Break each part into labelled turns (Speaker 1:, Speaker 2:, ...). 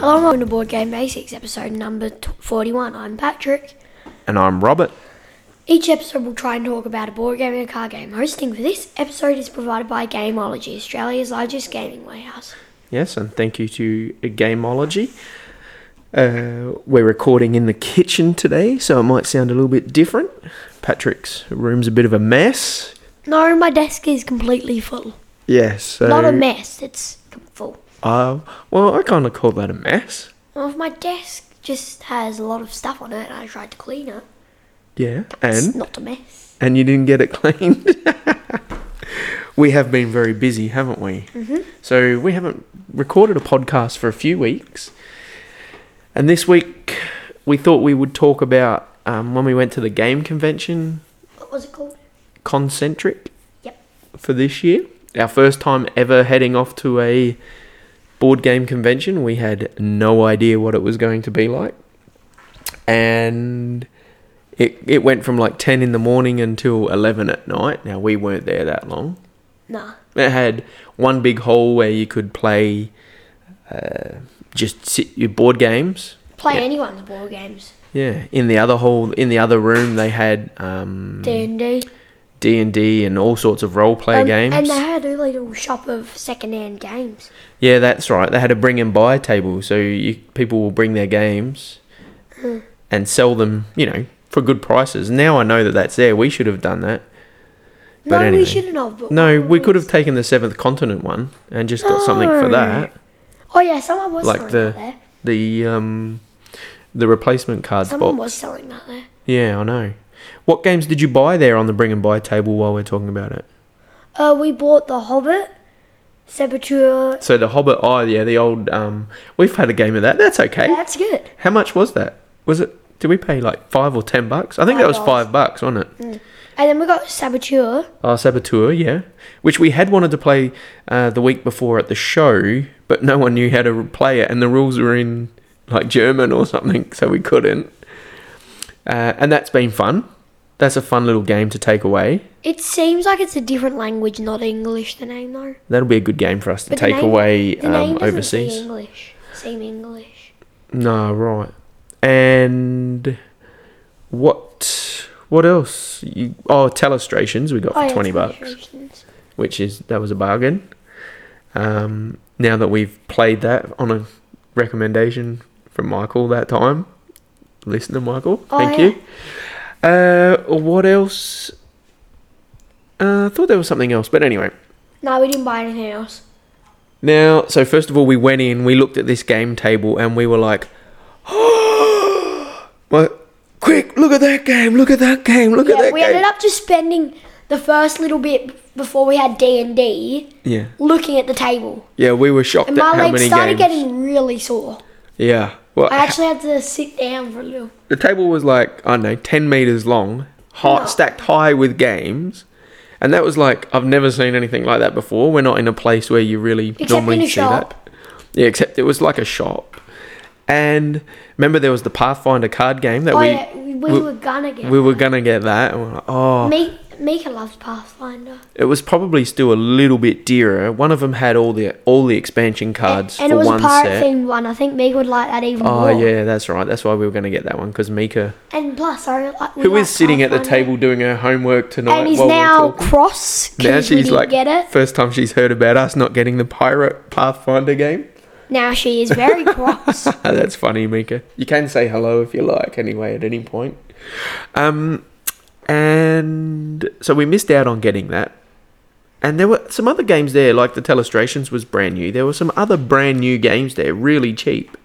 Speaker 1: Welcome to Board Game Basics, episode number t- 41. I'm Patrick.
Speaker 2: And I'm Robert.
Speaker 1: Each episode will try and talk about a board game and a card game. Hosting for this episode is provided by Gameology, Australia's largest gaming warehouse.
Speaker 2: Yes, and thank you to Gameology. Uh, we're recording in the kitchen today, so it might sound a little bit different. Patrick's room's a bit of a mess.
Speaker 1: No, my desk is completely full.
Speaker 2: Yes, so
Speaker 1: Not a mess, it's com- full.
Speaker 2: Uh, well, I kind of call that a mess.
Speaker 1: Well, if my desk just has a lot of stuff on it and I tried to clean it.
Speaker 2: Yeah,
Speaker 1: It's
Speaker 2: and
Speaker 1: not a mess.
Speaker 2: and you didn't get it cleaned. we have been very busy, haven't we? Mm-hmm. So we haven't recorded a podcast for a few weeks, and this week we thought we would talk about um, when we went to the game convention,
Speaker 1: What was it called?
Speaker 2: Concentric,
Speaker 1: Yep.
Speaker 2: for this year. Our first time ever heading off to a board game convention. We had no idea what it was going to be like. And it it went from like 10 in the morning until 11 at night. Now we weren't there that long.
Speaker 1: Nah.
Speaker 2: It had one big hall where you could play uh, just sit your board games.
Speaker 1: Play
Speaker 2: Yeah.
Speaker 1: anyone's board games.
Speaker 2: Yeah, in the other hall, in the other room, they had um,
Speaker 1: D&D.
Speaker 2: D and D and all sorts of role play
Speaker 1: Um,
Speaker 2: games.
Speaker 1: And they had a little shop of second-hand games.
Speaker 2: Yeah, that's right. They had a bring and buy table, so you, people will bring their games
Speaker 1: Hmm.
Speaker 2: and sell them, you know, for good prices. Now I know that that's there. We should have done that.
Speaker 1: no,
Speaker 2: But anyway.
Speaker 1: we shouldn't have. But
Speaker 2: No, we could have taken the Seventh Continent one and just got something for
Speaker 1: No.
Speaker 2: that,
Speaker 1: Oh yeah, someone was
Speaker 2: like
Speaker 1: selling that
Speaker 2: the
Speaker 1: there.
Speaker 2: the um the replacement cards
Speaker 1: Someone
Speaker 2: box.
Speaker 1: was selling that there.
Speaker 2: Yeah, I know. What games did you buy there on the bring and buy table while we're talking about it?
Speaker 1: Uh, we bought the Hobbit, Saboteur.
Speaker 2: So the Hobbit, oh yeah, the old um, we've had a game of that. That's okay.
Speaker 1: That's good.
Speaker 2: How much was that? Was it? Did we pay like five or ten bucks? I think that was
Speaker 1: Five
Speaker 2: five bucks, wasn't it?
Speaker 1: And then we got Saboteur.
Speaker 2: Our Saboteur, Uh, yeah, which we had wanted to play uh, the week before at the show, but no one knew how to play it, and the rules were in like German or something, so we couldn't. Uh, and that's been fun. That's a fun little game to take away.
Speaker 1: It seems like it's a different language, not English. The name though.
Speaker 2: That'll be a good game for us to
Speaker 1: But the
Speaker 2: take
Speaker 1: name-
Speaker 2: away
Speaker 1: The name
Speaker 2: um,
Speaker 1: doesn't
Speaker 2: overseas.
Speaker 1: Seem English. Seem English.
Speaker 2: No, right. And what what else? You, oh, telestrations we got for
Speaker 1: Oh, yeah,
Speaker 2: twenty bucks,
Speaker 1: translations.
Speaker 2: which is that was a bargain. Um, now that we've played that on a recommendation from Michael that time, listener Michael,
Speaker 1: Oh,
Speaker 2: thank
Speaker 1: yeah.
Speaker 2: you. Uh, what else? Uh, I thought there was something else, but anyway.
Speaker 1: No, we didn't buy anything else.
Speaker 2: Now, so first of all, we went in, we looked at this game table, and we were like, "Well, quick, look at that game! Look at that game! Look at
Speaker 1: Yeah,
Speaker 2: that
Speaker 1: we
Speaker 2: game!"
Speaker 1: ended up just spending the first little bit before we had D and D
Speaker 2: yeah,
Speaker 1: looking at the table,
Speaker 2: yeah, we were shocked
Speaker 1: and
Speaker 2: at
Speaker 1: my
Speaker 2: how
Speaker 1: legs
Speaker 2: many
Speaker 1: started
Speaker 2: games.
Speaker 1: getting really sore.
Speaker 2: yeah, well,
Speaker 1: I actually had to sit down for a little.
Speaker 2: the table was like I don't know, ten meters long, high,
Speaker 1: No.
Speaker 2: stacked high with games, and that was like I've never seen anything like that before. We're not in a place where you really
Speaker 1: Except
Speaker 2: normally
Speaker 1: in a
Speaker 2: see
Speaker 1: shop.
Speaker 2: that. Yeah, except it was like a shop. And remember, there was the Pathfinder card game that
Speaker 1: Oh
Speaker 2: we
Speaker 1: yeah, we, we
Speaker 2: we-
Speaker 1: were gonna get.
Speaker 2: we were gonna get that. And we're like, oh,
Speaker 1: Mi- Mika loves Pathfinder,
Speaker 2: it was probably still a little bit dearer. One of them had all the all the expansion cards
Speaker 1: and
Speaker 2: Uh, for
Speaker 1: it was a
Speaker 2: one
Speaker 1: pirate
Speaker 2: set.
Speaker 1: themed one. I think Mika would like that even
Speaker 2: Oh
Speaker 1: more.
Speaker 2: yeah, that's right. That's why we were gonna get that one because Mika,
Speaker 1: And plus, I like. we
Speaker 2: who
Speaker 1: like
Speaker 2: is sitting at the
Speaker 1: Pathfinder.
Speaker 2: table doing her homework tonight,
Speaker 1: and he's
Speaker 2: while
Speaker 1: now
Speaker 2: we're talking.
Speaker 1: cross. 'cause
Speaker 2: Now
Speaker 1: we
Speaker 2: she's
Speaker 1: didn't
Speaker 2: like,
Speaker 1: get it.
Speaker 2: first time she's heard about us not getting the pirate Pathfinder game.
Speaker 1: Now she is very cross.
Speaker 2: That's funny, Mika. You can say hello if you like, anyway, at any point. Um, and so we missed out on getting that. And there were some other games there, like the Telestrations was brand new. There were some other brand new games there, really cheap.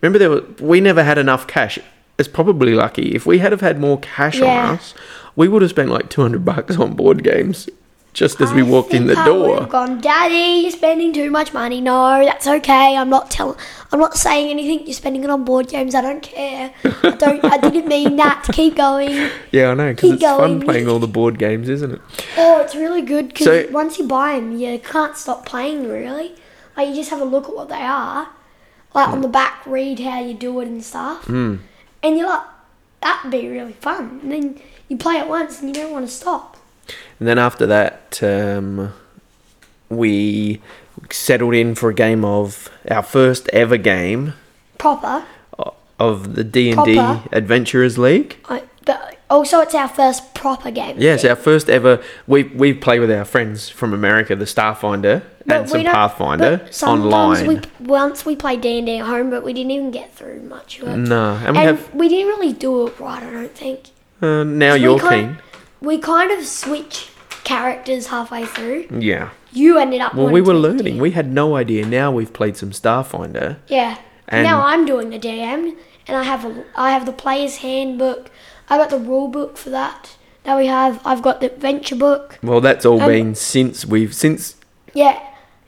Speaker 2: Remember, there were, we never had enough cash. It's probably lucky. If we had have had more cash
Speaker 1: Yeah.
Speaker 2: on us, we would have spent like two hundred bucks on board games just as we
Speaker 1: I
Speaker 2: walked in
Speaker 1: think
Speaker 2: the
Speaker 1: I
Speaker 2: door.
Speaker 1: would've Gone, Daddy, you're spending too much money. No, that's okay. I'm not telling. I'm not saying anything. You're spending it on board games. I don't care. I don't. I didn't mean that. Keep going.
Speaker 2: Yeah, I know because
Speaker 1: Keep
Speaker 2: it's fun
Speaker 1: going.
Speaker 2: playing all the board games, isn't it?
Speaker 1: Oh, it's really good because
Speaker 2: So-
Speaker 1: once you buy them, you can't stop playing. Really, like you just have a look at what they are. Like on the back, read how you do it and stuff.
Speaker 2: Hmm.
Speaker 1: Mm. And you're like, that'd be really fun. And then you play it once and you don't want to stop.
Speaker 2: And then after that, um, we settled in for a game of our first ever game
Speaker 1: proper.
Speaker 2: of the D and D
Speaker 1: Proper.
Speaker 2: Adventurers League.
Speaker 1: I, but also, it's our first proper game.
Speaker 2: Yes, our first ever. We we play with our friends from America, the Starfinder
Speaker 1: But
Speaker 2: and some
Speaker 1: don't-
Speaker 2: Pathfinder
Speaker 1: but sometimes
Speaker 2: online.
Speaker 1: We, once we played D and D at home, but we didn't even get through much of it.
Speaker 2: no, and we
Speaker 1: and
Speaker 2: have
Speaker 1: we didn't really do it right. I don't think.
Speaker 2: uh, now
Speaker 1: We
Speaker 2: you're
Speaker 1: kind-
Speaker 2: keen.
Speaker 1: We kind of switch characters halfway through.
Speaker 2: Yeah.
Speaker 1: You ended up.
Speaker 2: Well,
Speaker 1: wanting
Speaker 2: we
Speaker 1: to
Speaker 2: were
Speaker 1: be the
Speaker 2: learning. We had no idea. Now we've played some Starfinder.
Speaker 1: Yeah.
Speaker 2: And-
Speaker 1: now I'm doing the DM, and I have a, I have the player's handbook. I got the rule book for that. Now we have. I've got the adventure book.
Speaker 2: Well, that's all
Speaker 1: And-
Speaker 2: been since we've since
Speaker 1: Yeah,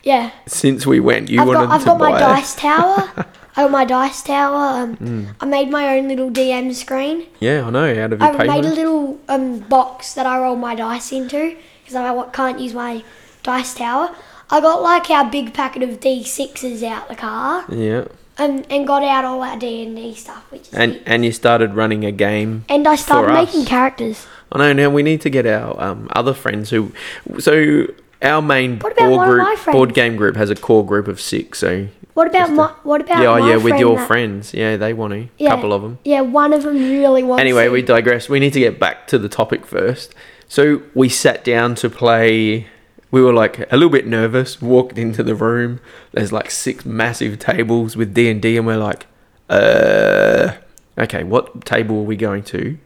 Speaker 1: yeah.
Speaker 2: since we went. You
Speaker 1: I've
Speaker 2: wanted
Speaker 1: got, I've
Speaker 2: to
Speaker 1: got
Speaker 2: buy
Speaker 1: my
Speaker 2: it.
Speaker 1: dice tower. I got my dice tower. Um,
Speaker 2: Hmm.
Speaker 1: I made my own little DM screen.
Speaker 2: Yeah, I know. Out of your
Speaker 1: I've made a
Speaker 2: paper.
Speaker 1: little um, box that I roll my dice into because I wa- can't use my dice tower. I got like our big packet of D6s out the car
Speaker 2: Yeah,
Speaker 1: and, and got out all our D&D stuff. Which is
Speaker 2: and
Speaker 1: neat.
Speaker 2: and you started running a game
Speaker 1: and I started
Speaker 2: for us.
Speaker 1: making characters.
Speaker 2: I know. Now we need to get our um, other friends who. So our main
Speaker 1: What about
Speaker 2: board
Speaker 1: one of
Speaker 2: group,
Speaker 1: my friends?
Speaker 2: board game group has a core group of six. So
Speaker 1: What about my, what about
Speaker 2: yeah, oh,
Speaker 1: my
Speaker 2: yeah, with
Speaker 1: friend
Speaker 2: your
Speaker 1: that-
Speaker 2: friends, yeah, they want to.
Speaker 1: Yeah,
Speaker 2: couple of them.
Speaker 1: Yeah, one of them really wants
Speaker 2: Anyway,
Speaker 1: to.
Speaker 2: we digress. We need to get back to the topic first. So we sat down to play. We were like a little bit nervous. Walked into the room. There's like six massive tables with D and D, and we're like, uh, okay, what table are we going to?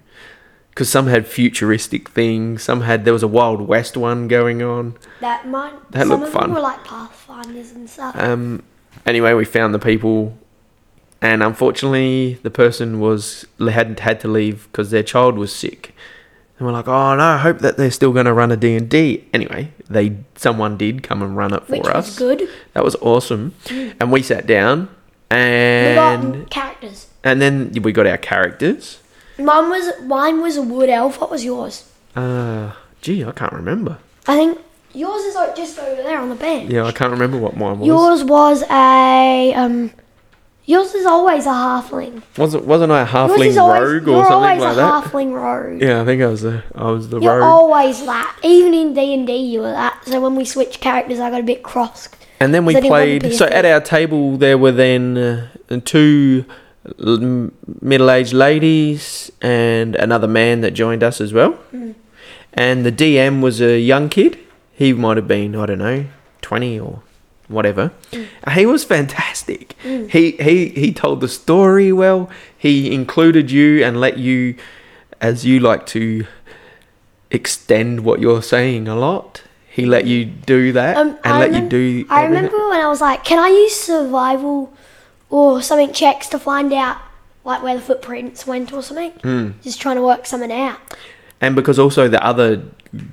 Speaker 2: Because some had futuristic things. Some had there was a Wild West one going on.
Speaker 1: that might
Speaker 2: That
Speaker 1: some
Speaker 2: looked
Speaker 1: of them
Speaker 2: fun.
Speaker 1: were like pathfinders and stuff.
Speaker 2: Um, anyway, we found the people, and unfortunately, the person was had had to leave because their child was sick. And we're like, oh no, I hope that they're still going to run a D and D. Anyway, they someone did come and run it for
Speaker 1: which
Speaker 2: us.
Speaker 1: was good. Mm.
Speaker 2: That was awesome, and we sat down,
Speaker 1: We
Speaker 2: and
Speaker 1: got characters.
Speaker 2: and then we got our characters.
Speaker 1: Mine was mine was a wood elf. What was yours?
Speaker 2: Uh, gee, I can't remember.
Speaker 1: I think yours is like just over there on the bench.
Speaker 2: Yeah, I can't remember what mine was.
Speaker 1: Yours was a um. Yours is always a halfling.
Speaker 2: wasn't wasn't I a
Speaker 1: Yours
Speaker 2: halfling
Speaker 1: is always
Speaker 2: rogue
Speaker 1: you're
Speaker 2: or something
Speaker 1: always
Speaker 2: like
Speaker 1: a
Speaker 2: that?
Speaker 1: halfling rogue.
Speaker 2: Yeah, I think I was the I was the
Speaker 1: You're
Speaker 2: rogue.
Speaker 1: always that. Even in D and D, you were that. So when we switched characters, I got a bit cross.
Speaker 2: And then we
Speaker 1: So they wouldn't
Speaker 2: played.
Speaker 1: be
Speaker 2: So at
Speaker 1: affected.
Speaker 2: our table, there were then uh, two l- middle-aged ladies and another man that joined us as well.
Speaker 1: Hmm.
Speaker 2: And the DM was a young kid. He might have been I don't know twenty or whatever.
Speaker 1: Hmm.
Speaker 2: He was fantastic. He he he told the story well. He included you and let you, as you like to extend what you're saying a lot. He let you do that
Speaker 1: Um,
Speaker 2: and
Speaker 1: I
Speaker 2: let
Speaker 1: remem-
Speaker 2: you do.
Speaker 1: I
Speaker 2: everything.
Speaker 1: remember when I was like, "Can I use survival or something checks to find out like where the footprints went or something?"
Speaker 2: Hmm.
Speaker 1: Just trying to work something out.
Speaker 2: And because also the other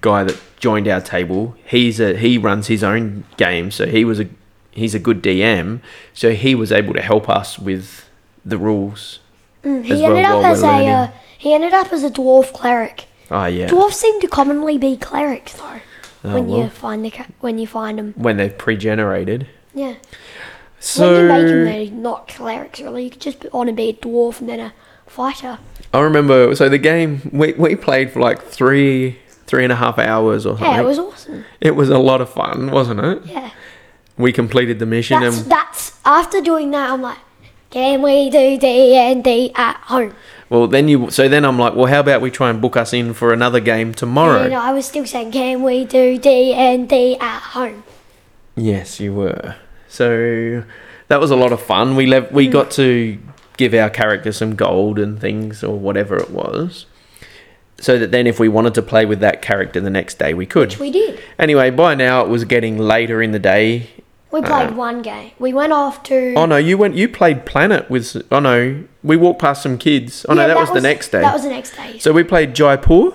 Speaker 2: guy that joined our table, he's a he runs his own game, so he was a he's a good DM, so he was able to help us with the rules.
Speaker 1: Mm, He
Speaker 2: as well
Speaker 1: ended up
Speaker 2: while we're
Speaker 1: as a
Speaker 2: learning.
Speaker 1: uh, he ended up as a dwarf cleric.
Speaker 2: Oh yeah, Ah,
Speaker 1: Dwarves seem to commonly be clerics though. when
Speaker 2: well.
Speaker 1: you find the ca- when you find them,
Speaker 2: when they're pre-generated.
Speaker 1: yeah. when you make them,
Speaker 2: So
Speaker 1: they're not clerics really. You could just want to be a dwarf and then a fighter.
Speaker 2: I remember. So the game we we played for like three three and a half hours or something.
Speaker 1: Yeah, it was awesome.
Speaker 2: It was a lot of fun, wasn't it?
Speaker 1: Yeah,
Speaker 2: We completed the mission
Speaker 1: that's
Speaker 2: and
Speaker 1: that's after doing that, I'm like, can we do D and D at home?
Speaker 2: well then you so then I'm like, well how about we try and book us in for another game tomorrow?
Speaker 1: And I was still saying, can we do D and D at home?
Speaker 2: Yes, you were. So that was a lot of fun. We left. We got to give our characters some gold and things or whatever it was, so that then if we wanted to play with that character the next day, we could.
Speaker 1: Which we did.
Speaker 2: Anyway, by now it was getting later in the day.
Speaker 1: We played one game. We went off to.
Speaker 2: Ah. Oh no, you went. You played Planet with. s- Oh no, we walked past some kids. Oh no,
Speaker 1: Yeah,
Speaker 2: that, was, the next day.
Speaker 1: That was the next day.
Speaker 2: so we played Jaipur,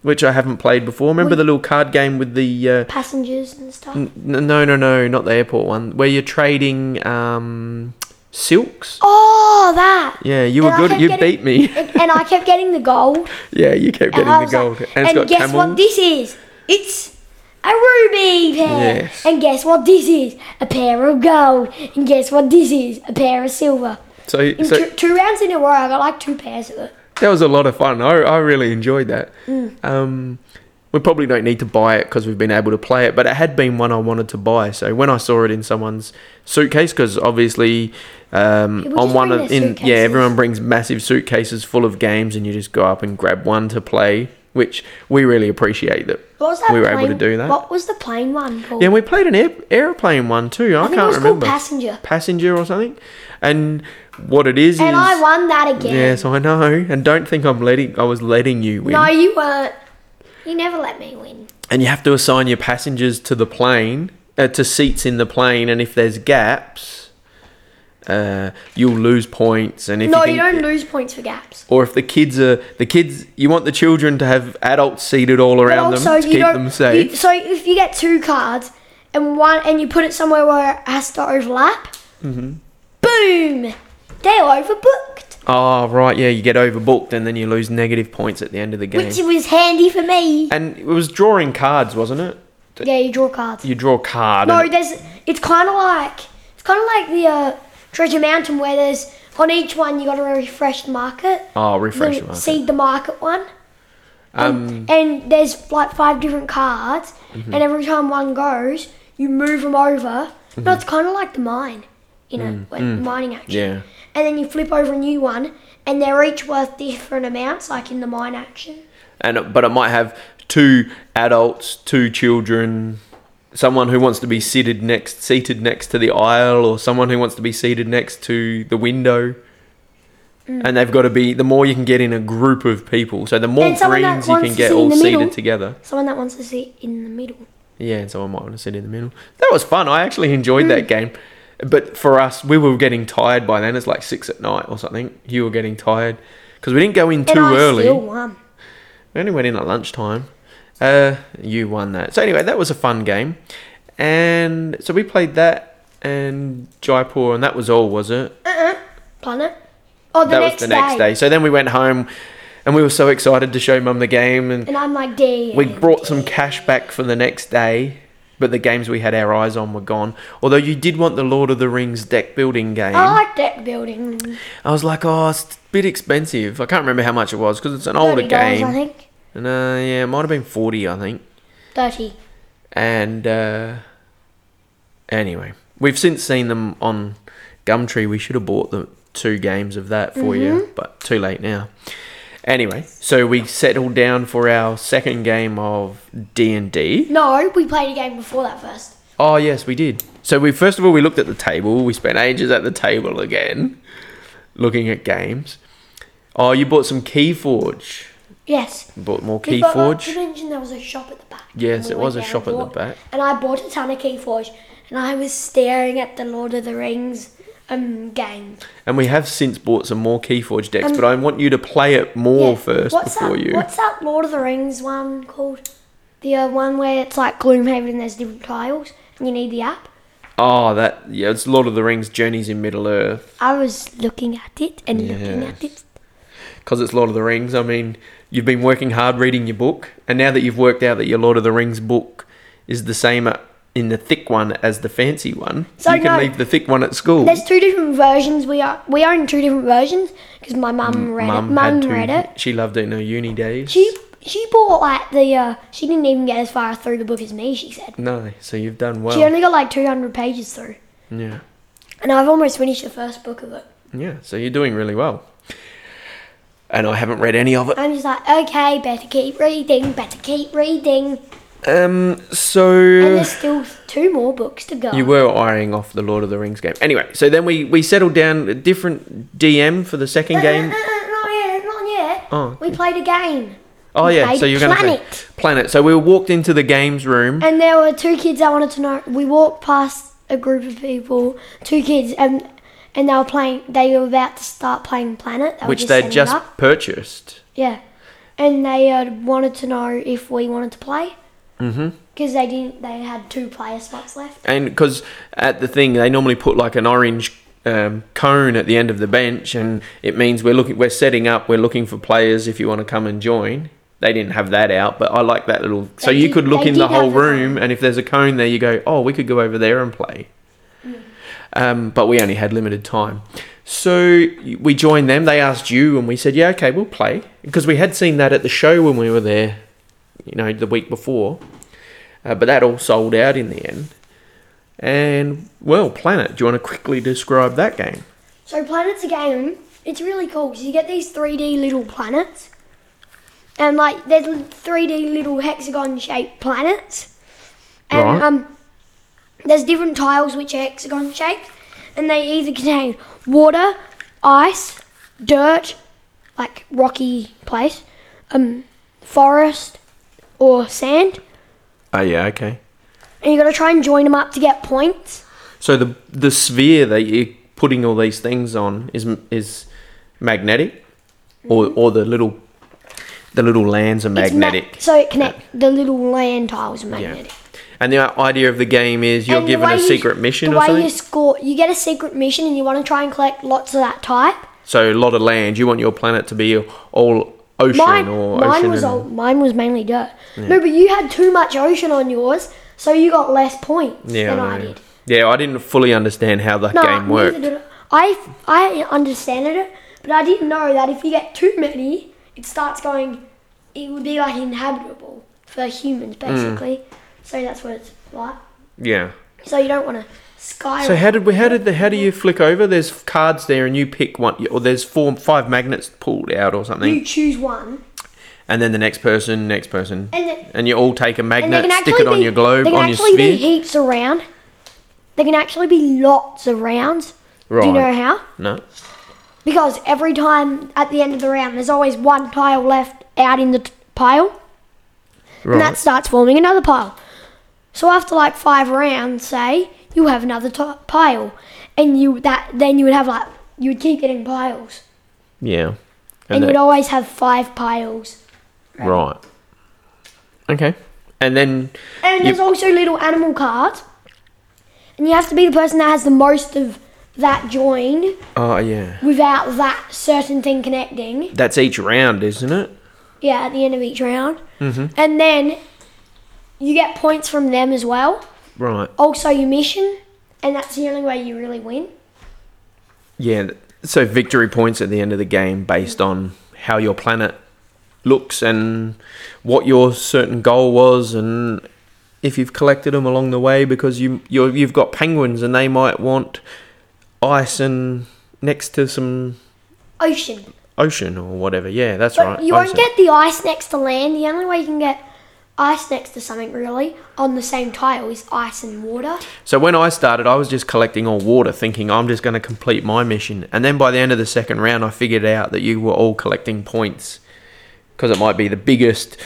Speaker 2: which I haven't played before. Remember
Speaker 1: We-
Speaker 2: the little card game with the. Uh,
Speaker 1: passengers and stuff.
Speaker 2: N- No, no, no, not the airport one. Where you're trading um, silks.
Speaker 1: Oh, that.
Speaker 2: Yeah, you were
Speaker 1: And I
Speaker 2: good.
Speaker 1: kept
Speaker 2: You
Speaker 1: getting-
Speaker 2: beat me.
Speaker 1: And, and I kept getting the gold.
Speaker 2: yeah, you
Speaker 1: And
Speaker 2: kept getting
Speaker 1: I
Speaker 2: the
Speaker 1: was like-
Speaker 2: gold. and it's got
Speaker 1: guess
Speaker 2: camels.
Speaker 1: what this is? It's a ruby pair.
Speaker 2: Yes.
Speaker 1: And guess what this is? A pair of gold. And guess what this is? A pair of silver.
Speaker 2: so
Speaker 1: In
Speaker 2: so
Speaker 1: two, two rounds in a row, I got like two pairs of it. Mm.
Speaker 2: that was a lot of fun. I, I really enjoyed that. Um, We probably don't need to buy it because we've been able to play it, but it had been one I wanted to buy. So when I saw it in someone's suitcase, because obviously um,
Speaker 1: People
Speaker 2: on
Speaker 1: just
Speaker 2: one
Speaker 1: bring
Speaker 2: of
Speaker 1: their
Speaker 2: in yeah
Speaker 1: suitcases.
Speaker 2: everyone brings massive suitcases full of games, and you just go up and grab one to play, which we really appreciate that
Speaker 1: What was that
Speaker 2: we were able to
Speaker 1: plane-
Speaker 2: do that.
Speaker 1: What was the plane one called?
Speaker 2: Yeah, and we played an air- airplane one too.
Speaker 1: I
Speaker 2: I,
Speaker 1: think it
Speaker 2: can't
Speaker 1: was
Speaker 2: remember.
Speaker 1: called Passenger.
Speaker 2: Passenger or something. And what it is is
Speaker 1: And I won that again.
Speaker 2: Yes, I know. And don't think I'm letting I was letting you win.
Speaker 1: No, you weren't. You never let me win.
Speaker 2: And you have to assign your passengers to the plane, uh, to seats in the plane, and if there's gaps, uh, you'll lose points. And if
Speaker 1: No,
Speaker 2: you
Speaker 1: you
Speaker 2: can-
Speaker 1: don't lose points for gaps.
Speaker 2: or if the kids are the kids, you want the children to have adults seated all
Speaker 1: But
Speaker 2: around them to keep them safe.
Speaker 1: you- so if you get two cards and one, and you put it somewhere where it has to overlap,
Speaker 2: Mm-hmm.
Speaker 1: boom, they're overbooked,
Speaker 2: oh right, yeah, you get overbooked, and then you lose negative points at the end of the game.
Speaker 1: which was handy for me.
Speaker 2: And it was drawing cards, wasn't it?
Speaker 1: yeah, you draw cards.
Speaker 2: You draw a card.
Speaker 1: no,
Speaker 2: and it-
Speaker 1: there's. It's kind of like it's kind of like the uh, Treasure Mountain where there's on each one you got a refreshed market.
Speaker 2: oh,
Speaker 1: the-
Speaker 2: refresh market.
Speaker 1: Seed the market one.
Speaker 2: um, mm-hmm.
Speaker 1: and there's like five different cards, and every time one goes, you move them over.
Speaker 2: Mm-hmm.
Speaker 1: No, it's kind of like the mine, you know, like mining action.
Speaker 2: Mm, yeah.
Speaker 1: And then you flip over a new one, and they're each worth different amounts, like in the mine action.
Speaker 2: and it- but it might have two adults, two children, someone who wants to be seated next seated next to the aisle, or someone who wants to be seated next to the window.
Speaker 1: Mm.
Speaker 2: And they've got to be the more you can get in a group of people, so the more
Speaker 1: And someone that
Speaker 2: greens you
Speaker 1: wants
Speaker 2: can
Speaker 1: to
Speaker 2: get
Speaker 1: sit in
Speaker 2: all
Speaker 1: the
Speaker 2: seated
Speaker 1: middle.
Speaker 2: together.
Speaker 1: Someone that wants to sit in the middle.
Speaker 2: Yeah, and someone might want to sit in the middle. That was fun. I actually enjoyed
Speaker 1: Mm.
Speaker 2: that game. But for us, we were getting tired by then. It's like six at night or something. You were getting tired because we didn't go in too
Speaker 1: and I
Speaker 2: early.
Speaker 1: still won.
Speaker 2: We only went in at lunchtime. Uh, you won that. So anyway, that was a fun game, and so we played that and Jaipur, and that was all, was it?
Speaker 1: Planet. Oh, the
Speaker 2: that
Speaker 1: next
Speaker 2: was the next day. So then we went home, and we were so excited to show mum the game, and
Speaker 1: And I'm like, D.
Speaker 2: we brought some cash back for the next day. But the games we had our eyes on were gone. Although you did want the Lord of the Rings deck building game.
Speaker 1: I like deck building.
Speaker 2: I was like, oh, it's a bit expensive. I can't remember how much it was because it's an older
Speaker 1: $30, I
Speaker 2: game.
Speaker 1: think.
Speaker 2: And uh, yeah, it might have been 40, I think.
Speaker 1: Thirty.
Speaker 2: And uh, anyway, we've since seen them on Gumtree. We should have bought the two games of that for
Speaker 1: Mm-hmm.
Speaker 2: you, but too late now. Anyway, so we settled down for our second game of D and D.
Speaker 1: No, we played a game before that first.
Speaker 2: Oh yes, we did. So we first of all we looked at the table. We spent ages at the table again, looking at games. Oh, you bought some Keyforge.
Speaker 1: Yes.
Speaker 2: Bought more
Speaker 1: We bought-
Speaker 2: Keyforge.
Speaker 1: You mentioned there was a shop at the back.
Speaker 2: Yes,
Speaker 1: And
Speaker 2: it
Speaker 1: we
Speaker 2: was
Speaker 1: went
Speaker 2: a
Speaker 1: down
Speaker 2: shop
Speaker 1: and
Speaker 2: at the
Speaker 1: bought-
Speaker 2: back.
Speaker 1: And I bought a ton of Keyforge, and I was staring at the Lord of the Rings um game.
Speaker 2: And we have since bought some more Keyforge decks, but I want you to play it more
Speaker 1: Um, Yeah.
Speaker 2: first
Speaker 1: what's
Speaker 2: before
Speaker 1: that,
Speaker 2: you.
Speaker 1: What's that Lord of the Rings one called? The uh, one where it's like Gloomhaven and there's different tiles, and you need the app.
Speaker 2: Oh, that yeah, it's Lord of the Rings: Journeys in Middle Earth.
Speaker 1: I was looking at it and looking at it.
Speaker 2: Because it's Lord of the Rings. I mean, you've been working hard reading your book, and now that you've worked out that your Lord of the Rings book is the same uh, in the thick one as the fancy one,
Speaker 1: So
Speaker 2: you can
Speaker 1: no-
Speaker 2: leave the thick one at school.
Speaker 1: There's two different versions. We are we own two different versions because my mum read it. Mum
Speaker 2: had to-
Speaker 1: read it.
Speaker 2: She loved it in her uni days.
Speaker 1: She she bought like the uh, she didn't even get as far through the book as me. She said
Speaker 2: no, so you've done well.
Speaker 1: she only got like two hundred pages through,
Speaker 2: yeah,
Speaker 1: and I've almost finished the first book of it.
Speaker 2: yeah. So you're doing really well. And I haven't read any of it.
Speaker 1: I'm just like, okay, better keep reading, better keep reading,
Speaker 2: Um, so
Speaker 1: and there's still two more books to go.
Speaker 2: You were eyeing off the Lord of the Rings game. Anyway, so then we, we settled down a different DM for the second
Speaker 1: Uh,
Speaker 2: game.
Speaker 1: uh, uh, not yet, not yet.
Speaker 2: Oh.
Speaker 1: We played a game,
Speaker 2: Oh
Speaker 1: we
Speaker 2: yeah,
Speaker 1: played
Speaker 2: so you're going to
Speaker 1: Planet.
Speaker 2: Planet. So we walked into the games room.
Speaker 1: and there were two kids I wanted to know. We walked past a group of people, two kids, and and they were playing. They were about to start playing Planet, they were
Speaker 2: which
Speaker 1: just
Speaker 2: they
Speaker 1: setting it
Speaker 2: just
Speaker 1: up.
Speaker 2: purchased.
Speaker 1: Yeah, and they uh, wanted to know if we wanted to play. Because they didn't, they had two player spots left.
Speaker 2: And because at the thing they normally put like an orange um, cone at the end of the bench, and it means we're looking, we're setting up, we're looking for players if you want to come and join. They didn't have that out, but I like that little. so
Speaker 1: They
Speaker 2: you
Speaker 1: did-
Speaker 2: could look
Speaker 1: they
Speaker 2: in the
Speaker 1: did have
Speaker 2: whole
Speaker 1: the cone.
Speaker 2: room, and if there's a cone there, you go, oh, we could go over there and play.
Speaker 1: Mm.
Speaker 2: Um, but we only had limited time. So we joined them. They asked you, and we said, yeah, okay, we'll play because we had seen that at the show when we were there you know, the week before. Uh, but that all sold out in the end. And, well, Planet, do you want to quickly describe that game?
Speaker 1: So planets a game. It's really cool because you get these 3D little planets, and like they're li- 3D little hexagon-shaped planets, and
Speaker 2: Right.
Speaker 1: um, there's different tiles which are hexagon-shaped, and they either contain water, ice, dirt, like rocky place, um, forest, or sand,
Speaker 2: Oh, yeah, okay.
Speaker 1: and you got to try and join them up to get points.
Speaker 2: So the the sphere that you're putting all these things on is is magnetic, or or the little the little lands are
Speaker 1: Mm-hmm. It's ma-
Speaker 2: magnetic.
Speaker 1: so it connect the little land tiles are magnetic.
Speaker 2: yeah. And the i- idea of the game is you're
Speaker 1: And the
Speaker 2: given
Speaker 1: way
Speaker 2: a
Speaker 1: you-
Speaker 2: secret mission
Speaker 1: the
Speaker 2: or
Speaker 1: way
Speaker 2: something.
Speaker 1: you score, you get a secret mission, and you want to try and collect lots of that type.
Speaker 2: So a lot of land. You want your planet to be all ocean
Speaker 1: Mine,
Speaker 2: or
Speaker 1: mine
Speaker 2: ocean.
Speaker 1: was
Speaker 2: and-
Speaker 1: all, mine was mainly dirt. No, but you had too much ocean on yours, so you got less points
Speaker 2: yeah,
Speaker 1: than
Speaker 2: I
Speaker 1: I,
Speaker 2: know.
Speaker 1: did.
Speaker 2: Yeah, I didn't fully understand how that
Speaker 1: No,
Speaker 2: game
Speaker 1: neither
Speaker 2: worked.
Speaker 1: did I. I I understanded it, but I didn't know that if you get too many, it starts going. It would be like inhabitable for humans,
Speaker 2: Hmm.
Speaker 1: basically. So that's what it's like.
Speaker 2: Yeah.
Speaker 1: So you don't want to skyrocket.
Speaker 2: So how did we? How did the? How do you flick over? There's cards there, and you pick one, or there's four, five magnets pulled out or something.
Speaker 1: you choose one.
Speaker 2: and then the next person, next person,
Speaker 1: And
Speaker 2: and,
Speaker 1: the-
Speaker 2: you all take a
Speaker 1: And there
Speaker 2: magnet,
Speaker 1: can
Speaker 2: stick
Speaker 1: actually
Speaker 2: it on
Speaker 1: be-
Speaker 2: your globe,
Speaker 1: there can
Speaker 2: on your
Speaker 1: actually
Speaker 2: sphere.
Speaker 1: be heaps around. There can actually be lots of rounds.
Speaker 2: right.
Speaker 1: Do you know how?
Speaker 2: No.
Speaker 1: Because every time at the end of the round, there's always one tile left out in the t- pile,
Speaker 2: Right.
Speaker 1: and that starts forming another pile. So after like five rounds, say you have another ti- pile, and you that then you would have like you would keep getting piles,
Speaker 2: yeah.
Speaker 1: and,
Speaker 2: And
Speaker 1: you would
Speaker 2: that-
Speaker 1: always have five piles.
Speaker 2: right. Okay. And then
Speaker 1: And there's also little animal cards, and you have to be the person that has the most of that joined.
Speaker 2: oh yeah,
Speaker 1: without that certain thing connecting.
Speaker 2: that's each round, isn't it?
Speaker 1: Yeah, at the end of each round. Mm-hmm. And then you get points from them as well.
Speaker 2: Right.
Speaker 1: Also, your mission, and that's the only way you really win.
Speaker 2: Yeah. th- So victory points at the end of the game based on how your planet looks and what your certain goal was and if you've collected them along the way because you you're, you've got penguins and they might want ice and next to some
Speaker 1: Ocean.
Speaker 2: ocean or whatever. Yeah, that's
Speaker 1: But
Speaker 2: right.
Speaker 1: you
Speaker 2: ocean.
Speaker 1: won't get the ice next to land. The only way you can get ice next to something really on the same tile is ice and water.
Speaker 2: so when I started, I was just collecting all water, thinking I'm just going to complete my mission. And then by the end of the second round, I figured out that you were all collecting points because it might be the biggest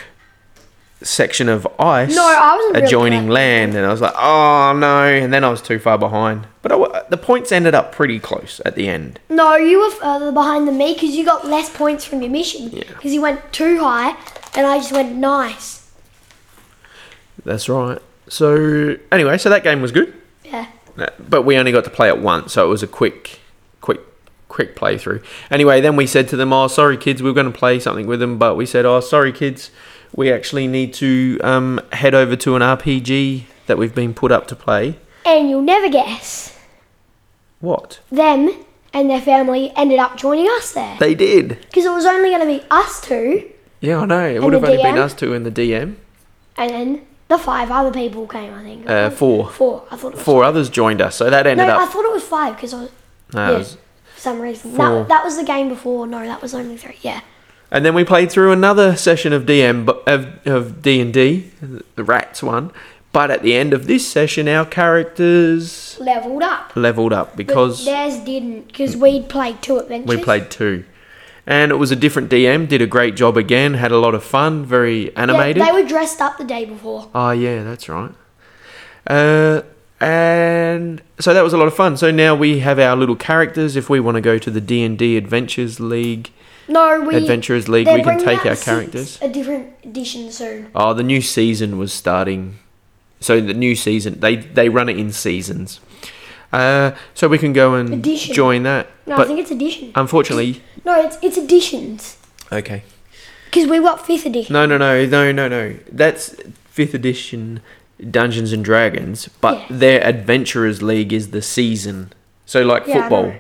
Speaker 2: section of ice
Speaker 1: No, I wasn't really
Speaker 2: adjoining
Speaker 1: collecting
Speaker 2: land and i was like oh no and then i was too far behind but I w the points ended up pretty close at the end
Speaker 1: No, you were further behind than me because you got less points from your mission because you went too high and I just went nice.
Speaker 2: that's right so anyway so that game was good
Speaker 1: Yeah.
Speaker 2: No, but we only got to play it once, so it was a quick, quick, quick playthrough. Anyway, then we said to them, "Oh, sorry, kids, we were going to play something with them, but we said, oh, sorry, kids, we actually need to um, head over to an RPG that we've been put up to play."
Speaker 1: And you'll never guess.
Speaker 2: What
Speaker 1: them and their family ended up joining us there
Speaker 2: they did?
Speaker 1: because it was only going to be us two
Speaker 2: Yeah, I know. It
Speaker 1: In
Speaker 2: would
Speaker 1: the
Speaker 2: have only been
Speaker 1: DM?
Speaker 2: us two in the DM.
Speaker 1: and then the five other people came i think
Speaker 2: Uh, four.
Speaker 1: four i thought it was
Speaker 2: Four others joined us, so that ended
Speaker 1: no i
Speaker 2: up.
Speaker 1: thought it was five because i was,
Speaker 2: No, it
Speaker 1: yeah,
Speaker 2: was-
Speaker 1: for some reason
Speaker 2: Four.
Speaker 1: that, that was the game before no that was only three yeah
Speaker 2: And then we played through another session of DM bu- of of D and D, the rats one. But at the end of this session, our characters
Speaker 1: leveled up
Speaker 2: leveled up
Speaker 1: But
Speaker 2: because Mm.
Speaker 1: theirs didn't because we'd played two adventures
Speaker 2: we played two. And it was a different DM, did a great job again, had a lot of fun, very
Speaker 1: Yeah,
Speaker 2: animated.
Speaker 1: they were dressed up the day before
Speaker 2: Oh, yeah, that's right. Uh, and so that was a lot of fun. So now we have our little characters. If we want to go to the D&D Adventures League,
Speaker 1: no we
Speaker 2: Adventurers League,
Speaker 1: they're
Speaker 2: we can
Speaker 1: bringing
Speaker 2: take
Speaker 1: out
Speaker 2: our
Speaker 1: six-
Speaker 2: characters.
Speaker 1: a different edition soon
Speaker 2: Oh, the new season was starting. So the new season, they, they run it in seasons. Uh, so we can go and
Speaker 1: Edition.
Speaker 2: join that.
Speaker 1: no i
Speaker 2: but uh,
Speaker 1: think it's edition
Speaker 2: unfortunately,
Speaker 1: no it's it's editions
Speaker 2: okay.
Speaker 1: because we got fifth edition
Speaker 2: No, no, no, no, no, no. That's fifth edition Dungeons and Dragons, but
Speaker 1: Yeah.
Speaker 2: their Adventurers League is the season. So, like
Speaker 1: Yeah, I
Speaker 2: football,
Speaker 1: know.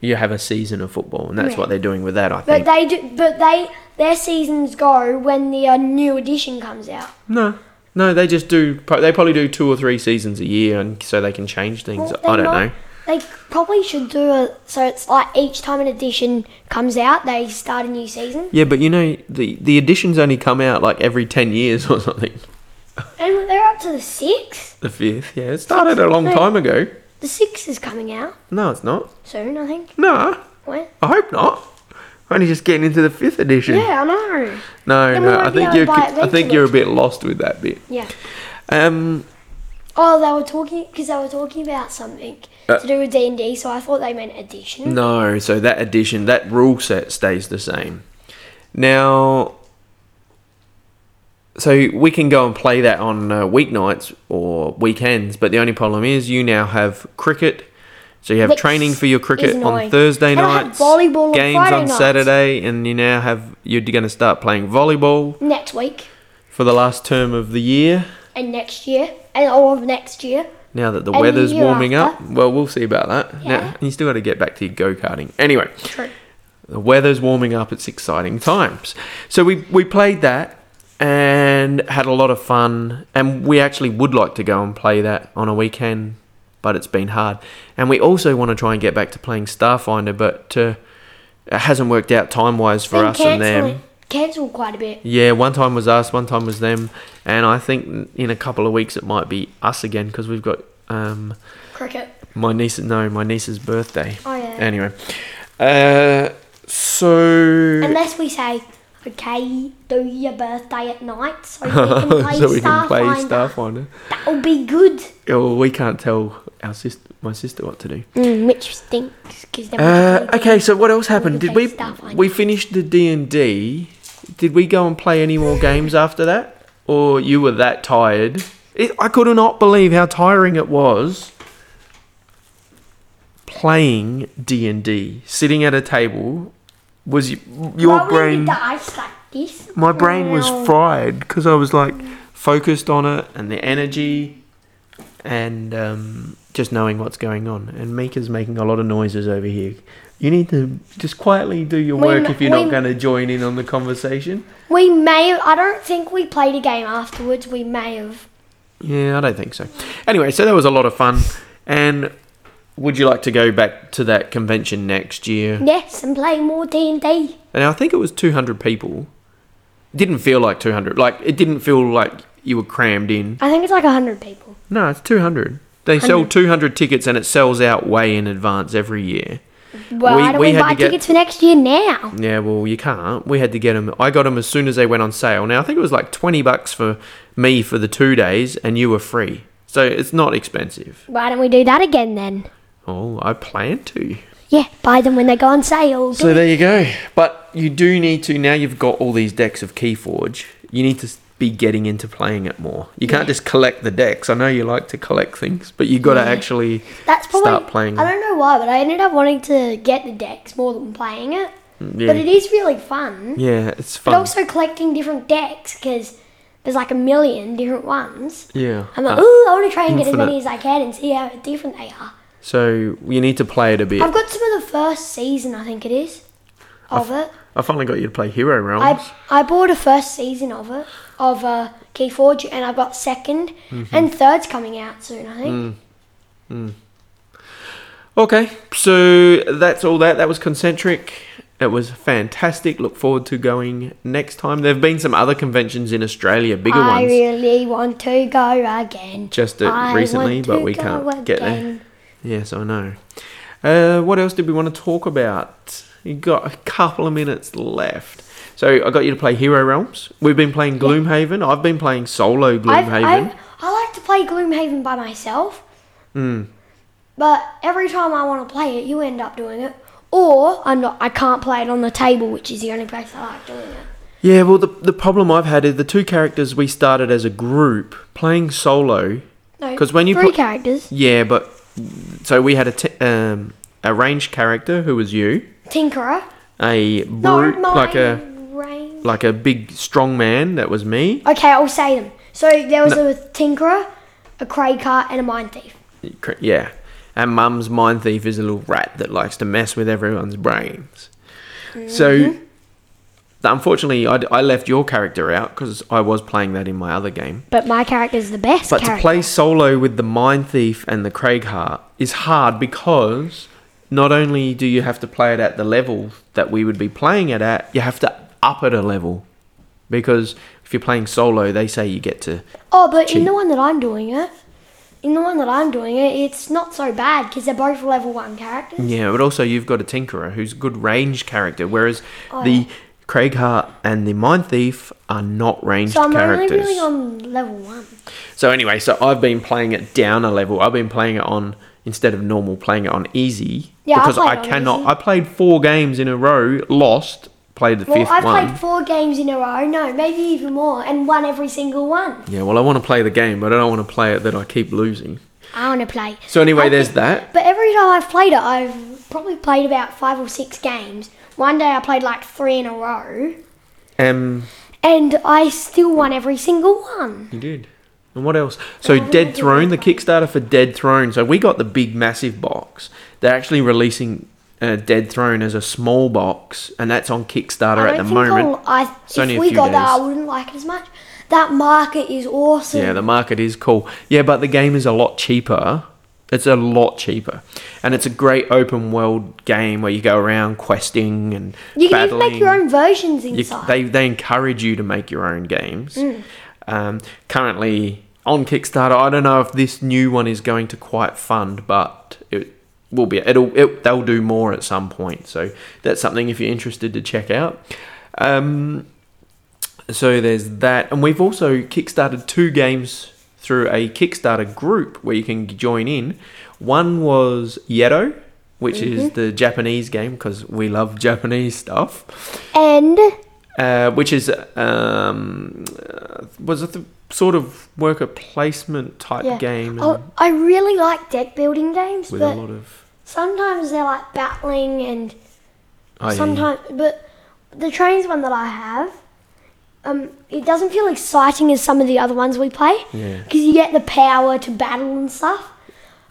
Speaker 2: you have a season of football, and that's
Speaker 1: Yeah.
Speaker 2: what they're doing with that. I
Speaker 1: But
Speaker 2: think.
Speaker 1: they do. But they their seasons go when the uh, new edition comes out.
Speaker 2: No. No, they just do. pro- They probably do two or three seasons a year, and so they can change things.
Speaker 1: Well,
Speaker 2: I
Speaker 1: they
Speaker 2: don't
Speaker 1: might-
Speaker 2: know.
Speaker 1: They probably should do a so it's like each time an edition comes out, they start a new season.
Speaker 2: Yeah, but you know, the the editions only come out like every ten years or something.
Speaker 1: And they're up to the sixth.
Speaker 2: The fifth, yeah, it started a long
Speaker 1: No.
Speaker 2: time ago.
Speaker 1: The sixth is coming out
Speaker 2: No, it's not.
Speaker 1: soon, I think.
Speaker 2: No,
Speaker 1: When?
Speaker 2: I hope not. We're only just getting into the fifth edition.
Speaker 1: Yeah, I know.
Speaker 2: No,
Speaker 1: Then we
Speaker 2: no,
Speaker 1: won't
Speaker 2: I
Speaker 1: be
Speaker 2: think
Speaker 1: able to
Speaker 2: you're
Speaker 1: buy it
Speaker 2: I think
Speaker 1: eventually.
Speaker 2: you're a bit lost with that bit.
Speaker 1: Yeah.
Speaker 2: Um,
Speaker 1: Oh, they were talking because they were talking about something
Speaker 2: Uh,
Speaker 1: to do with D and D. So I thought they meant edition.
Speaker 2: no, so that edition, that rule set stays the same. Now, so we can go and play that on uh, weeknights or weekends, but the only problem is you now have cricket. So you have
Speaker 1: Which
Speaker 2: training for your
Speaker 1: is
Speaker 2: cricket on
Speaker 1: annoying.
Speaker 2: Thursday
Speaker 1: And I had
Speaker 2: nights,
Speaker 1: volleyball on
Speaker 2: games
Speaker 1: Friday
Speaker 2: on
Speaker 1: nights.
Speaker 2: Saturday, and you now have you're going to start playing volleyball
Speaker 1: Next week
Speaker 2: for the last term of the year.
Speaker 1: and next year and all of next year.
Speaker 2: Now that the
Speaker 1: And the
Speaker 2: weather's
Speaker 1: year
Speaker 2: warming
Speaker 1: after.
Speaker 2: up, well, we'll see about that.
Speaker 1: Yeah.
Speaker 2: Now, you still got to get back to your go karting. Anyway,
Speaker 1: True.
Speaker 2: the weather's warming up. It's exciting times. So we we played that and had a lot of fun. And we actually would like to go and play that on a weekend, but it's been hard. And we also want to try and get back to playing Starfinder, but uh, it hasn't worked out time wise for
Speaker 1: Been
Speaker 2: us and them.
Speaker 1: cancelling- Cancelled quite a bit.
Speaker 2: Yeah, one time was us, one time was them, and I think in a couple of weeks it might be us again because we've got um,
Speaker 1: Cricket.
Speaker 2: my niece. No, my niece's birthday.
Speaker 1: Oh yeah.
Speaker 2: Anyway, uh, so
Speaker 1: Unless we say, okay, do your birthday at night so we can play,
Speaker 2: so we can play
Speaker 1: Starfinder.
Speaker 2: Starfinder.
Speaker 1: That will be good.
Speaker 2: Oh, we can't tell our sister, my sister, what to do.
Speaker 1: Mm, which stinks because then
Speaker 2: Uh,
Speaker 1: we can play
Speaker 2: okay, so what else happened?
Speaker 1: can
Speaker 2: Did
Speaker 1: play
Speaker 2: we
Speaker 1: Starfinder.
Speaker 2: we finished the D and D? Did we go and play any more games after that, or you were that tired? It, I could not believe how tiring it was playing D and D, sitting at a table. Was y- your
Speaker 1: Why would
Speaker 2: brain?
Speaker 1: you dice like this?
Speaker 2: My brain was
Speaker 1: Wow.
Speaker 2: fried because I was like focused on it and the energy and um, just knowing what's going on. And Mika's making a lot of noises over here. You need to just quietly do your
Speaker 1: We
Speaker 2: work
Speaker 1: m-
Speaker 2: if you're
Speaker 1: we
Speaker 2: not
Speaker 1: m-
Speaker 2: going to join in on the conversation.
Speaker 1: We may have, I don't think we played a game afterwards. We may have.
Speaker 2: Yeah, I don't think so. Anyway, so that was a lot of fun. And would you like to go back to that convention next year?
Speaker 1: Yes, and play more D&D.
Speaker 2: And I think it was 200 people. Didn't feel like 200. Like, it didn't feel like you were crammed in.
Speaker 1: I think it's like 100 people.
Speaker 2: No, it's 200. They sell 200 tickets and it sells out way in advance every year.
Speaker 1: Well,
Speaker 2: We-
Speaker 1: why don't
Speaker 2: we
Speaker 1: we,
Speaker 2: had
Speaker 1: buy
Speaker 2: to get-
Speaker 1: tickets for next year now?
Speaker 2: Yeah, well, you can't. We had to get them. I got them as soon as they went on sale. Now, I think it was like 20 bucks for me for the two days and you were free. So it's not expensive.
Speaker 1: Why don't we do that again then?
Speaker 2: Oh, I plan to.
Speaker 1: Yeah, buy them when they go on sale.
Speaker 2: So there you go. But you do need to, now you've got all these decks of Keyforge, you need to s- be getting into playing it more. You can't just collect the decks. I know you like to collect things, but you've got to actually
Speaker 1: That's probably.
Speaker 2: start playing.
Speaker 1: I don't know why, but I ended up wanting to get the decks more than playing it.
Speaker 2: Mm, Yeah.
Speaker 1: But it is really fun.
Speaker 2: yeah, it's
Speaker 1: But
Speaker 2: fun.
Speaker 1: also collecting different decks because there's like a million different ones.
Speaker 2: yeah.
Speaker 1: I'm like,
Speaker 2: Uh,
Speaker 1: ooh, I want to try and get as
Speaker 2: infinite.
Speaker 1: many as I can and see how different they are.
Speaker 2: So you need to play it a bit.
Speaker 1: I've got some of the first season, I think it is, of it.
Speaker 2: I finally got you to play Hero Realms.
Speaker 1: I I bought a first season of it of uh, Keyforge, and I've got 2nd
Speaker 2: Mm-hmm.
Speaker 1: and third's coming out soon. I think.
Speaker 2: Okay, so that's all that. That was Concentric. It was fantastic. Look forward to going next time. There have been some other conventions in Australia, bigger
Speaker 1: I
Speaker 2: ones.
Speaker 1: really want to go again.
Speaker 2: Just, uh,
Speaker 1: I
Speaker 2: recently,
Speaker 1: want
Speaker 2: but
Speaker 1: to
Speaker 2: we
Speaker 1: go
Speaker 2: can't get there.
Speaker 1: again.
Speaker 2: Yes, I know. Uh, what else did we want to talk about? You got a couple of minutes left. So I got you to play Hero Realms. We've been playing Gloomhaven. I've been playing solo
Speaker 1: I've,
Speaker 2: Gloomhaven.
Speaker 1: I've, I like to play Gloomhaven by myself.
Speaker 2: Hmm.
Speaker 1: But every time I want to play it, you end up doing it. Or I'm not. I can't play it on the table, which is the only place I like doing it.
Speaker 2: Yeah, well, the, the problem I've had is the two characters we started as a group playing solo.
Speaker 1: No,
Speaker 2: 'Cause when you
Speaker 1: three
Speaker 2: pl-
Speaker 1: characters,
Speaker 2: Yeah, but so we had a t- um, a ranged character who was you,
Speaker 1: Tinkerer.
Speaker 2: a
Speaker 1: No,
Speaker 2: brute
Speaker 1: my
Speaker 2: like a
Speaker 1: range.
Speaker 2: like a big strong man that was me,
Speaker 1: Okay, I'll say them. So there was a Tinkerer, a Kraker, and a Mind Thief.
Speaker 2: Cr- yeah, and Mum's mind thief is a little rat that likes to mess with everyone's brains. So Unfortunately, I, I left your character out because I was playing that in my other game.
Speaker 1: But my character's the best.
Speaker 2: But to
Speaker 1: character.
Speaker 2: play solo with the Mind Thief and the Craig Heart is hard because not only do you have to play it at the level that we would be playing it at, you have to up it a level. Because if you're playing solo, they say you get to.
Speaker 1: Oh, but in
Speaker 2: cheat.
Speaker 1: the one that I'm doing it, in the one that I'm doing it, it's not so bad because they're both level one characters.
Speaker 2: Yeah, but also you've got a Tinkerer who's a good range character, whereas
Speaker 1: Oh,
Speaker 2: the Craig Heart and the Mind Thief are not ranged
Speaker 1: So I'm
Speaker 2: characters.
Speaker 1: only really on level one.
Speaker 2: So anyway, so I've been playing it down a level. I've been playing it on instead of normal, playing it on easy
Speaker 1: Yeah, I
Speaker 2: because
Speaker 1: played
Speaker 2: I,
Speaker 1: it on
Speaker 2: cannot.
Speaker 1: easy.
Speaker 2: I played four games in a row, lost, played the
Speaker 1: Well,
Speaker 2: 5th
Speaker 1: I've
Speaker 2: one.
Speaker 1: played four games in a row. No, maybe even more, and won every single one.
Speaker 2: yeah, well, I want to play the game, but I don't want to play it that I keep losing.
Speaker 1: I want to play.
Speaker 2: So anyway,
Speaker 1: I
Speaker 2: there's
Speaker 1: think-
Speaker 2: that.
Speaker 1: But every time I've played it, I've probably played about five or six games. One day I played like three in a row,
Speaker 2: Um,
Speaker 1: and I still won every single one.
Speaker 2: you did. And what else? So
Speaker 1: I
Speaker 2: Dead
Speaker 1: did
Speaker 2: Throne, the
Speaker 1: that.
Speaker 2: Kickstarter for Dead Throne. So we got the big massive box. They're actually releasing uh, Dead Throne as a small box, and that's on Kickstarter
Speaker 1: I
Speaker 2: at the
Speaker 1: don't
Speaker 2: moment.
Speaker 1: I'll, I,
Speaker 2: only
Speaker 1: if
Speaker 2: a
Speaker 1: we
Speaker 2: few
Speaker 1: got that, I
Speaker 2: days.
Speaker 1: wouldn't like it as much. That market is awesome.
Speaker 2: Yeah, the market is cool. Yeah, but the game is a lot cheaper. It's a lot cheaper, and it's a great open world game where you go around questing and
Speaker 1: you can
Speaker 2: battling.
Speaker 1: even make your own versions
Speaker 2: You-
Speaker 1: inside.
Speaker 2: they they encourage you to make your own games. Um, currently on Kickstarter, I don't know if this new one is going to quite fund, but it will be. It'll it, they'll do more at some point. So that's something if you're interested to check out. Um, so there's that, and we've also kickstarted two games through a Kickstarter group where you can join in. One was Yedo, which is the Japanese game because we love Japanese stuff
Speaker 1: and
Speaker 2: uh, which is um, uh, was a th- sort of worker placement type
Speaker 1: yeah, Oh,
Speaker 2: game and
Speaker 1: I, I really like deck building games,
Speaker 2: with a
Speaker 1: but
Speaker 2: lot of.
Speaker 1: sometimes they're like battling and
Speaker 2: Oh, yeah, yeah.
Speaker 1: sometimes but the trains one that i have um, it doesn't feel exciting as some of the other ones we play
Speaker 2: Yeah.
Speaker 1: because you get the power to battle and stuff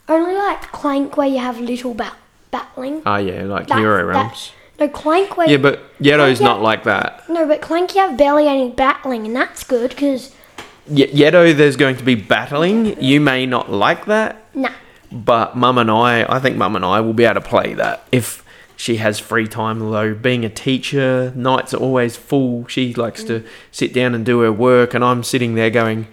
Speaker 1: only like clank where you have little ba- battling
Speaker 2: Oh yeah, like
Speaker 1: That's-
Speaker 2: Hero
Speaker 1: that-
Speaker 2: Realms.
Speaker 1: no clank where
Speaker 2: Yeah, but Yedo's
Speaker 1: Yeah.
Speaker 2: not like that.
Speaker 1: no but clank you have barely any battling and that's good because
Speaker 2: Y- Yedo, there's going to be battling. You may not like that,
Speaker 1: nah
Speaker 2: but Mum and I, I think Mum and I will be able to play that if she has free time. Though being a teacher, nights are always full. She likes
Speaker 1: Mm.
Speaker 2: to sit down and do her work, and I'm sitting there going,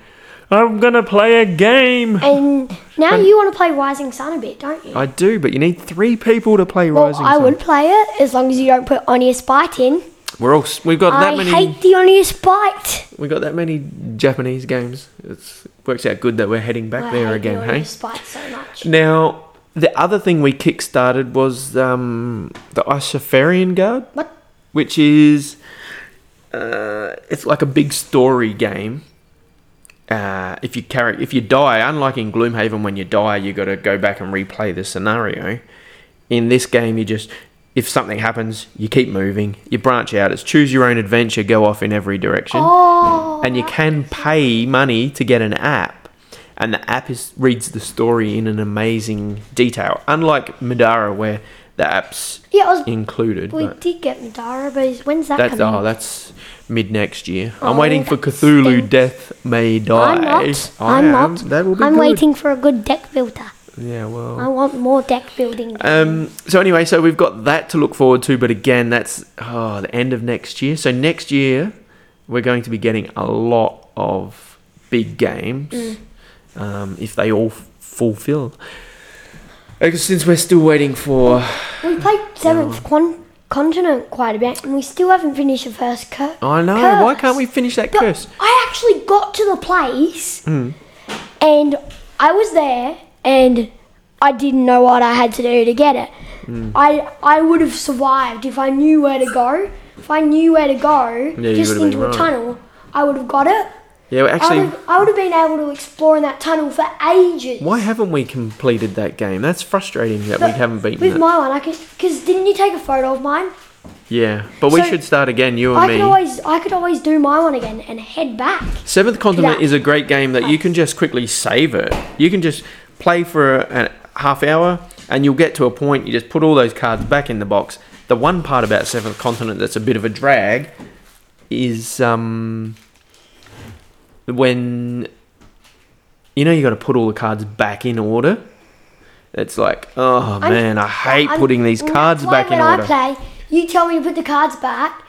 Speaker 2: "I'm gonna play a game."
Speaker 1: and now you want to play rising sun a bit don't you
Speaker 2: I do, but you need three people to play
Speaker 1: well,
Speaker 2: Rising
Speaker 1: I
Speaker 2: Sun.
Speaker 1: would play it as long as you don't put Onius Bite in.
Speaker 2: We're all s- we've got
Speaker 1: I
Speaker 2: that many
Speaker 1: hate the Onius Bite.
Speaker 2: we've got that many Japanese games. It's it works out good that we're heading back
Speaker 1: I
Speaker 2: there
Speaker 1: hate
Speaker 2: again,
Speaker 1: the
Speaker 2: hey. Mm.
Speaker 1: Onius Bite so much.
Speaker 2: Now the other thing we kickstarted was um, the Ishafarian Guard,
Speaker 1: What?
Speaker 2: which is uh, it's like a big story game. Uh, if you carry, if you die, unlike in Gloomhaven, when you die, you got to go back and replay the scenario. In this game, you just if something happens, you keep moving, you branch out. It's choose your own adventure, go off in every direction
Speaker 1: Oh.
Speaker 2: and you can pay money to get an app and the app is reads the story in an amazing detail unlike Madara where the app's
Speaker 1: Yeah, I was,
Speaker 2: included
Speaker 1: we
Speaker 2: but
Speaker 1: did get Madara, but is- when's that
Speaker 2: that's
Speaker 1: coming?
Speaker 2: oh that's mid next year I'm
Speaker 1: Oh,
Speaker 2: waiting for
Speaker 1: that
Speaker 2: Cthulhu
Speaker 1: stinks.
Speaker 2: Death May Die
Speaker 1: I'm not.
Speaker 2: oh, I
Speaker 1: I'm
Speaker 2: am.
Speaker 1: not.
Speaker 2: that will be
Speaker 1: I'm
Speaker 2: good. Oh.
Speaker 1: waiting for a good deck builder.
Speaker 2: yeah well
Speaker 1: I want more deck building.
Speaker 2: Um, so anyway, so we've got that to look forward to, but again, that's oh, the end of next year. So next year, we're going to be getting a lot of big games,
Speaker 1: Mm.
Speaker 2: um, if they all f- fulfill. Because since we're still waiting for,
Speaker 1: we played Seventh Con- Continent quite a bit, and we still haven't finished the first cur-
Speaker 2: I know
Speaker 1: curse.
Speaker 2: why can't we finish that
Speaker 1: But
Speaker 2: curse?
Speaker 1: I actually got to the place,
Speaker 2: Hmm.
Speaker 1: and I was there, and I didn't know what I had to do to get it.
Speaker 2: Hmm.
Speaker 1: I I would have survived if I knew where to go. If I knew where to go,
Speaker 2: you
Speaker 1: just
Speaker 2: would've been
Speaker 1: into a
Speaker 2: right.
Speaker 1: tunnel, I would have got it.
Speaker 2: Yeah, well,
Speaker 1: I
Speaker 2: actually,
Speaker 1: would have, I would have been able to explore in that tunnel for ages.
Speaker 2: why haven't we completed that game? That's frustrating that we haven't beaten
Speaker 1: With
Speaker 2: it.
Speaker 1: my one, I could because didn't you take a photo of mine?
Speaker 2: yeah, but we
Speaker 1: So,
Speaker 2: should start again, you and
Speaker 1: I
Speaker 2: me.
Speaker 1: could always I could always do my one again and head back.
Speaker 2: Seventh Continent
Speaker 1: Yeah.
Speaker 2: is a great game that you can just quickly save it. You can just play for a, a half hour and you'll get to a point, you just put all those cards back in the box. The one part about Seventh Continent that's a bit of a drag is um, when you know you got to put all the cards back in order. It's like, oh
Speaker 1: I'm-
Speaker 2: man, I hate
Speaker 1: I'm-
Speaker 2: putting these
Speaker 1: well,
Speaker 2: cards
Speaker 1: that's why
Speaker 2: back in
Speaker 1: when
Speaker 2: order.
Speaker 1: I play, you tell me to put the cards back.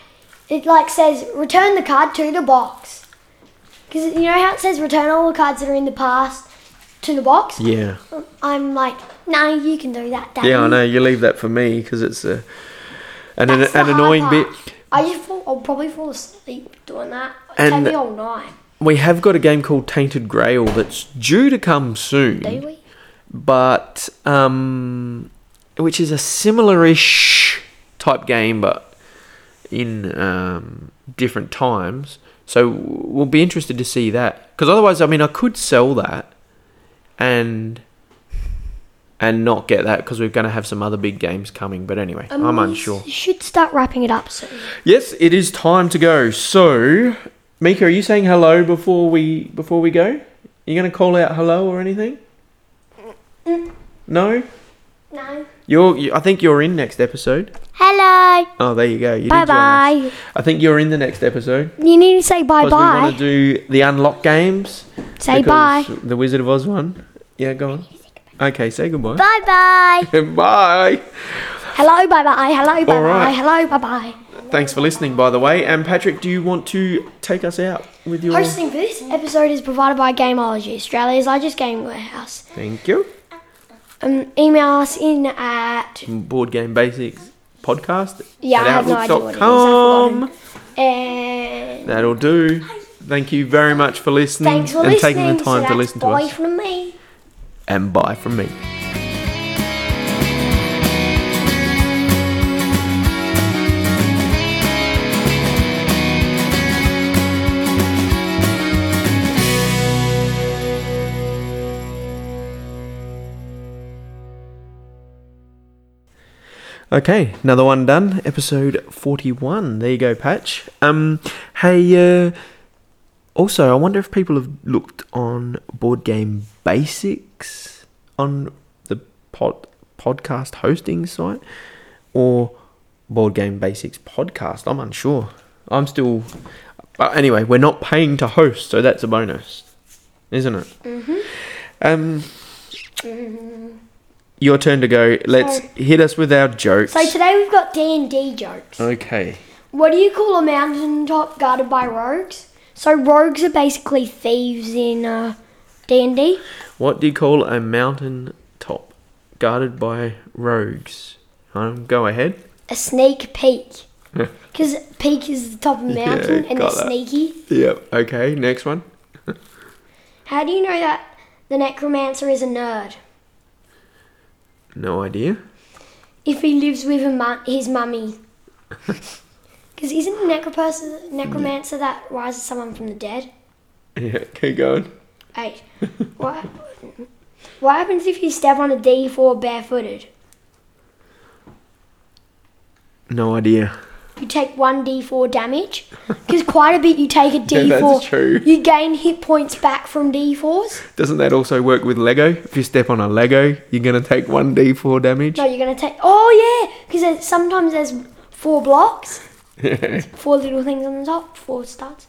Speaker 1: It like says return the card to the box. Because you know how it says return all the cards that are in the past to the box.
Speaker 2: yeah,
Speaker 1: I'm like, no, you can do that. Dad.
Speaker 2: yeah, I know. You leave that for me because it's a an an,
Speaker 1: Mm. That's the
Speaker 2: an
Speaker 1: hard
Speaker 2: annoying bit.
Speaker 1: part. I just fall, I'll probably fall asleep doing that. It'll
Speaker 2: And-
Speaker 1: take me all night.
Speaker 2: We have got a game called Tainted Grail that's due to come soon.
Speaker 1: Do we?
Speaker 2: but um, which is a similar-ish type game, but in um, different times. So we'll be interested to see that because otherwise, I mean, I could sell that and and not get that because we're going to have some other big games coming. But anyway,
Speaker 1: Um,
Speaker 2: I'm
Speaker 1: we
Speaker 2: unsure.
Speaker 1: s- should start wrapping it up soon.
Speaker 2: Yes, it is time to go. So, Mika, are you saying hello before we before we go? You going to call out hello or anything? No.
Speaker 1: No.
Speaker 2: You're, you, I think you're in next episode.
Speaker 1: Hello.
Speaker 2: Oh, there you go. You did
Speaker 1: Bye
Speaker 2: join
Speaker 1: bye.
Speaker 2: us. I think you're in the next episode.
Speaker 1: You need to say bye
Speaker 2: Because we
Speaker 1: bye.
Speaker 2: want to do the unlock games.
Speaker 1: Say bye.
Speaker 2: because The Wizard of Oz one. Yeah, go on. Okay, say goodbye.
Speaker 1: Bye bye.
Speaker 2: Bye.
Speaker 1: Hello, bye bye. Hello, bye bye.
Speaker 2: right.
Speaker 1: Hello, bye bye.
Speaker 2: Thanks for listening, by the way. And Patrick, do you want to take us out with your?
Speaker 1: Hosting for this episode is provided by Gameology, Australia's largest game warehouse.
Speaker 2: Thank you.
Speaker 1: Um, email us in at
Speaker 2: Board Game Basics podcast.
Speaker 1: yeah,
Speaker 2: at
Speaker 1: I have no idea what it is. I've
Speaker 2: outlook.com.
Speaker 1: forgotten. And
Speaker 2: That'll do. Thank you very much for listening
Speaker 1: thanks for
Speaker 2: and
Speaker 1: listening.
Speaker 2: taking the time
Speaker 1: so
Speaker 2: to
Speaker 1: that's
Speaker 2: listen to
Speaker 1: bye
Speaker 2: us.
Speaker 1: from me.
Speaker 2: And bye from me. Okay, another one done. Episode 41. There you go, Patch. Um, hey, uh, also, I wonder if people have looked on board game basics on the pod, podcast hosting site or board game basics podcast. I'm unsure. I'm still. But anyway, we're not paying to host, so that's a bonus, isn't it? Mm-hmm. Um, your turn to go. Let's
Speaker 1: So-
Speaker 2: hit us with our jokes.
Speaker 1: So today we've got D and D jokes.
Speaker 2: okay.
Speaker 1: What do you call a mountaintop guarded by rogues? So rogues are basically thieves in uh, D and D.
Speaker 2: What do you call a mountain top guarded by rogues? Um, go ahead.
Speaker 1: A sneak peek. Because peak is the top of the
Speaker 2: Yeah,
Speaker 1: mountain and they're
Speaker 2: got that.
Speaker 1: sneaky.
Speaker 2: Yep. Okay, next one.
Speaker 1: How do you know that the necromancer is a nerd?
Speaker 2: No idea.
Speaker 1: If he lives with a mu- his mummy. Because isn't the necropers- necromancer that rises someone from the dead?
Speaker 2: Yeah, keep going.
Speaker 1: Eight. what, what happens if you step on a D4 barefooted?
Speaker 2: No idea.
Speaker 1: You take one D4 damage? Because quite a bit you take a D4.
Speaker 2: that's true.
Speaker 1: You gain hit points back from D4s.
Speaker 2: Doesn't that also work with Lego? If you step on a Lego, you're gonna take one d4 damage.
Speaker 1: No, you're gonna take. Oh yeah, because sometimes there's four blocks, four little things on the top, four studs.